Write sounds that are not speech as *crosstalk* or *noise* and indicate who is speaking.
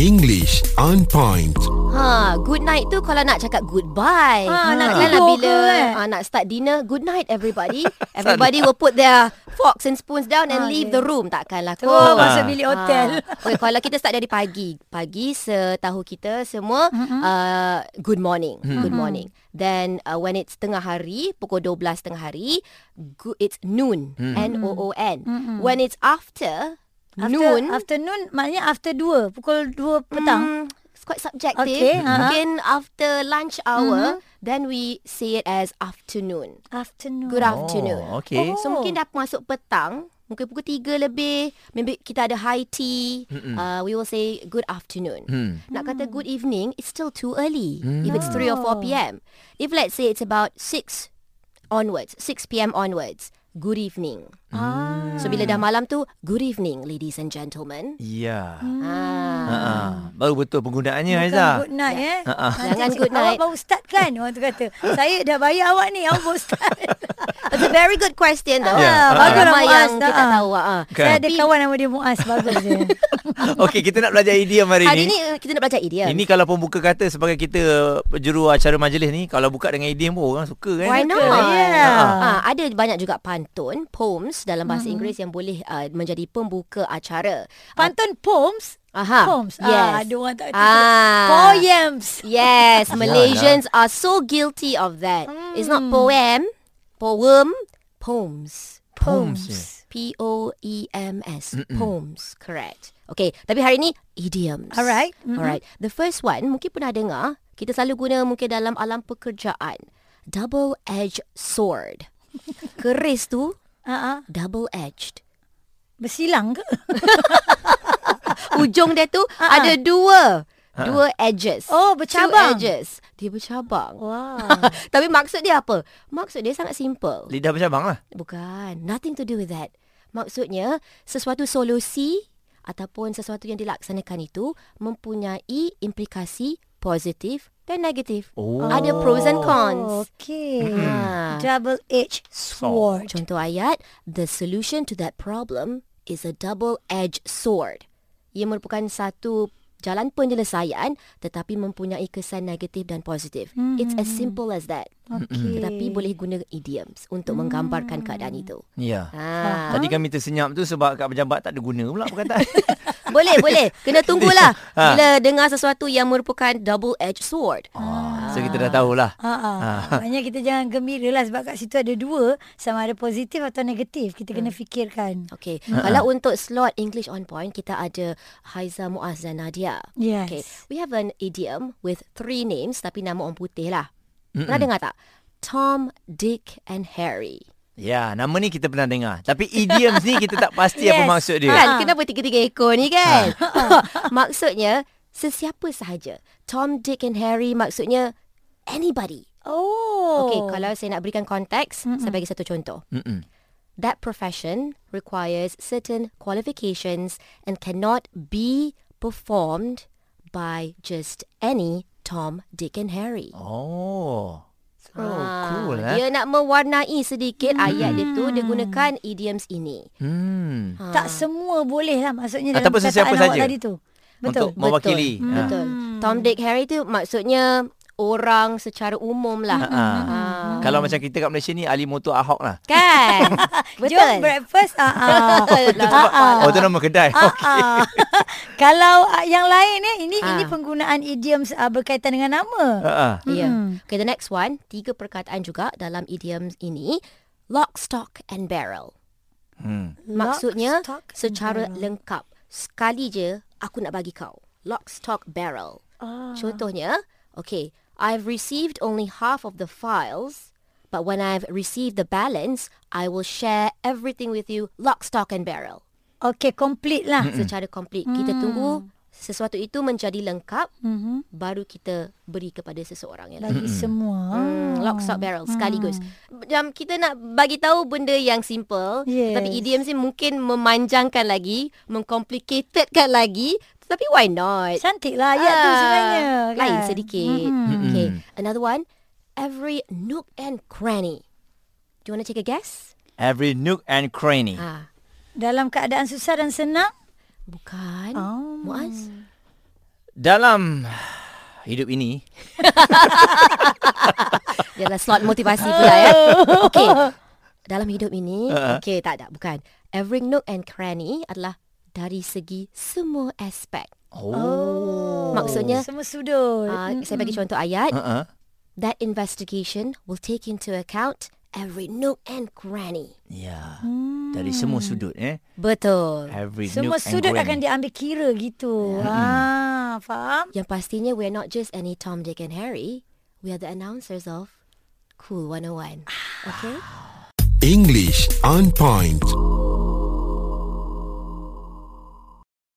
Speaker 1: English on point.
Speaker 2: Ha, good night tu kalau nak cakap goodbye.
Speaker 3: Ha, nak
Speaker 2: Kan
Speaker 3: tidur
Speaker 2: bila
Speaker 3: ke, eh?
Speaker 2: ha, nak start dinner, good night
Speaker 3: *laughs*
Speaker 2: everybody. everybody will put their forks and spoons down and
Speaker 3: Ha,
Speaker 2: leave
Speaker 3: ya.
Speaker 2: the room. Takkanlah
Speaker 3: Tu
Speaker 2: kot.
Speaker 4: Oh. Ah.
Speaker 3: masuk bilik hotel.
Speaker 2: Ha. Okay, kalau kita start dari pagi. Pagi setahu kita semua mm-hmm. uh, good morning. Mm-hmm. Good morning. Then uh, when it's tengah hari, pukul 12 tengah hari, go, it's noon. Mm. N-O-O-N. Mm-hmm. When it's after, Ah.
Speaker 3: After,
Speaker 2: noon.
Speaker 3: Afternoon maknanya after 2 Pukul 2 petang
Speaker 2: Mm, it's quite subjective.
Speaker 3: Okay, uh-huh.
Speaker 2: Mungkin after lunch hour,
Speaker 4: Mm-hmm.
Speaker 2: then we say it as afternoon.
Speaker 3: Afternoon
Speaker 2: Good afternoon.
Speaker 4: Oh, okay.
Speaker 2: So mungkin dah masuk petang, mungkin pukul 3 lebih, maybe kita ada high tea, uh, we will say good afternoon.
Speaker 4: Hmm. Hmm.
Speaker 2: Nak kata good evening, it's still too early. If it's 3 or 4 p.m. If let's say it's about 6 onwards, 6 p.m. onwards, good evening.
Speaker 3: ah.
Speaker 2: So bila dah malam tu, good evening ladies and gentlemen.
Speaker 4: Ya. Hmm.
Speaker 2: Ah.
Speaker 4: Baru betul penggunaannya
Speaker 3: Bukan
Speaker 4: Aiza.
Speaker 3: good night eh
Speaker 4: Uh-uh.
Speaker 3: Nanti
Speaker 2: Ya. Jangan
Speaker 3: cakap,
Speaker 2: good night.
Speaker 3: Awak baru start kan Orang tu kata Saya dah bayar awak ni Awak baru
Speaker 4: *laughs*
Speaker 3: start
Speaker 2: It's a very good question though.
Speaker 4: Yeah.
Speaker 2: Yeah.
Speaker 4: Ya. Ah,
Speaker 2: Bagus
Speaker 3: bagus
Speaker 2: ramai
Speaker 3: lah,
Speaker 2: yang
Speaker 3: Muaz.
Speaker 2: kita
Speaker 3: Ah.
Speaker 2: tahu. ah.
Speaker 4: Kan?
Speaker 3: Saya ada kawan nama dia Muaz Bagus dia
Speaker 2: *laughs*
Speaker 4: *laughs* Okey, kita nak belajar idiom hari,
Speaker 2: Hari
Speaker 4: ni.
Speaker 2: ni eh, kita nak belajar idiom.
Speaker 4: Ini kalau pembuka kata sebagai kita juru acara majlis ni, kalau buka dengan idiom pun orang suka kan.
Speaker 2: Why not?
Speaker 3: Yeah.
Speaker 2: Ah, ada banyak juga pantun, poems dalam bahasa mm-hmm. Inggeris yang boleh uh, menjadi pembuka acara.
Speaker 3: Pantun Poms
Speaker 2: Aha.
Speaker 3: Poms
Speaker 2: Yes.
Speaker 3: ah, Ada orang tak
Speaker 2: Ah.
Speaker 3: Poems
Speaker 4: Ya,
Speaker 2: Yes, Malaysians are so guilty of that. It's not
Speaker 3: Hmm.
Speaker 2: poem, poem, poems.
Speaker 4: Poems, yeah.
Speaker 2: P O E M S. Poems, correct. Okay, tapi hari ni idioms.
Speaker 3: Alright.
Speaker 2: Mm-hmm. Alright. The first one mungkin pernah dengar, kita selalu guna mungkin dalam alam pekerjaan. Double edged
Speaker 3: *laughs*
Speaker 2: sword. Keris tu
Speaker 3: Ah, ah.
Speaker 2: double edged.
Speaker 3: Bersilang ke? Ah.
Speaker 2: Ujung dia tu ada dua. Dua edges.
Speaker 3: Oh, bercabang. Oh.
Speaker 2: Two edges. Dia bercabang.
Speaker 3: Wah
Speaker 2: *laughs* Tapi maksud dia apa? Maksud dia sangat simple.
Speaker 4: Lidah bercabang lah.
Speaker 2: Bukan. Nothing to do with that. Maksudnya, sesuatu solusi ataupun sesuatu yang dilaksanakan itu mempunyai implikasi positif dan negatif.
Speaker 4: Oh.
Speaker 2: Ada pros and cons.
Speaker 3: Okay
Speaker 4: Hmm.
Speaker 2: Ah.
Speaker 3: Double-edged sword
Speaker 2: Contoh ayat, the solution to that problem is a double-edged sword. Ia merupakan satu jalan penyelesaian tetapi mempunyai kesan negatif dan positif. Mm-hmm. It's as simple as that. Okay. Tetapi boleh guna idioms untuk mm. menggambarkan keadaan itu.
Speaker 4: Ya.
Speaker 2: Ha.
Speaker 4: Tadi kami tersenyap tu sebab kat pejabat tak ada guna pula
Speaker 2: *laughs*
Speaker 4: perkataan.
Speaker 2: boleh, boleh. Kena tunggulah bila dengar sesuatu yang merupakan double-edged sword.
Speaker 4: Ah, so kita dah tahulah.
Speaker 3: Ha ah. Maknanya kita jangan gembira lah sebab kat situ ada dua sama ada positif atau negatif kita kena fikirkan.
Speaker 2: Okay. Kalau untuk slot English on point, kita ada Haiza Muaz dan Nadia.
Speaker 3: Yes.
Speaker 2: Okay. We have an idiom with three names tapi nama orang putih lah. Mm-mm. Pernah dengar tak? Tom, Dick and Harry.
Speaker 4: Ya, nama ni kita pernah dengar. Tapi idioms ni kita tak pasti yes. apa
Speaker 3: Yes.
Speaker 4: maksud Eh, dia.
Speaker 2: Kan? Kenapa tiga-tiga ekor ni kan? *laughs* maksudnya, sesiapa sahaja. Tom, Dick and Harry maksudnya anybody.
Speaker 3: Oh.
Speaker 2: Okay, kalau saya nak berikan konteks, mm-hmm. saya bagi satu contoh.
Speaker 4: Mm-mm.
Speaker 2: That profession requires certain qualifications and cannot be performed by just any Tom, Dick and Harry.
Speaker 4: Oh. Oh,
Speaker 2: Ah,
Speaker 4: cool eh.
Speaker 2: Dia nak mewarnai sedikit hmm. ayat dia tu dia gunakan idioms ini.
Speaker 4: Hmm.
Speaker 2: Ah.
Speaker 3: tak semua boleh lah maksudnya dalam
Speaker 4: Ataupun
Speaker 3: perkataan
Speaker 4: sesiapa
Speaker 3: awak
Speaker 4: saja.
Speaker 3: tadi tu. Betul.
Speaker 4: Untuk mewakili.
Speaker 2: Betul.
Speaker 4: Ha.
Speaker 2: Betul. Tom Dick Harry tu maksudnya orang secara umum lah.
Speaker 4: Ha.
Speaker 2: Ah.
Speaker 4: Kalau macam kita kat Malaysia ni Ali Motor Ahok lah.
Speaker 2: Kan?
Speaker 4: *laughs*
Speaker 3: Jom
Speaker 2: Betul.
Speaker 3: breakfast. Ah ah.
Speaker 4: Oh, tu nama kedai.
Speaker 3: Ah, ah. *laughs* Kalau ah, yang lain eh ini
Speaker 2: Ah.
Speaker 3: ini penggunaan idioms ah, berkaitan dengan nama.
Speaker 4: *laughs* Ah.
Speaker 2: Ya. Yeah. Okay, the next one, tiga perkataan juga dalam idioms ini, lock stock and barrel.
Speaker 4: Hmm.
Speaker 2: Maksudnya
Speaker 3: stock, and
Speaker 2: secara lengkap. Sekali je aku nak bagi kau. Lock, stock, barrel. Ah. Contohnya, okay, I've received only half of the files, but when I've received the balance, I will share everything with you, lock, stock and barrel.
Speaker 3: Okey, complete lah.
Speaker 2: Secara komplit. Kita
Speaker 3: Hmm.
Speaker 2: tunggu sesuatu itu menjadi lengkap, baru kita beri kepada seseorang yang lain.
Speaker 3: Mm-hmm. Bagi semua.
Speaker 2: Hmm, lock, stock, barrel sekaligus. Macam kita nak bagi tahu benda yang simple.
Speaker 3: Yes.
Speaker 2: Tapi idioms ni mungkin memanjangkan lagi, mengcomplicatedkan lagi. Tapi why not?
Speaker 3: Cantik lah ayat tu sebenarnya. Kan?
Speaker 2: Ah.
Speaker 3: Hmm.
Speaker 2: Lain sedikit. Mm-hmm. Okay, another one. Every nook and cranny. Do you want to take a guess?
Speaker 4: Every nook and cranny.
Speaker 2: Ah,
Speaker 3: Dalam keadaan susah dan senang.
Speaker 2: bukan.
Speaker 3: Oh.
Speaker 2: Muaz?
Speaker 4: Dalam hidup ini
Speaker 2: Dia adalah slot motivasi pula ya. Okey. Dalam hidup ini,
Speaker 4: Ha.
Speaker 2: okey tak tak bukan. Every nook and cranny adalah dari segi semua aspek.
Speaker 4: Oh.
Speaker 2: Maksudnya,
Speaker 3: Semua sudut.
Speaker 2: uh,
Speaker 3: Mm.
Speaker 2: saya bagi contoh ayat.
Speaker 4: Uh-uh.
Speaker 2: That investigation will take into account every nook and cranny.
Speaker 4: Ya. Dari semua sudut eh.
Speaker 2: Betul.
Speaker 4: Every
Speaker 3: Hmm. Semua
Speaker 4: nook and
Speaker 3: sudut
Speaker 4: cranny. Ya.
Speaker 3: akan diambil kira gitu. Ah, faham?
Speaker 2: Yang pastinya we are not just any Tom, Dick and Harry. We are the announcers of Cool 101. Okay?
Speaker 1: English on point.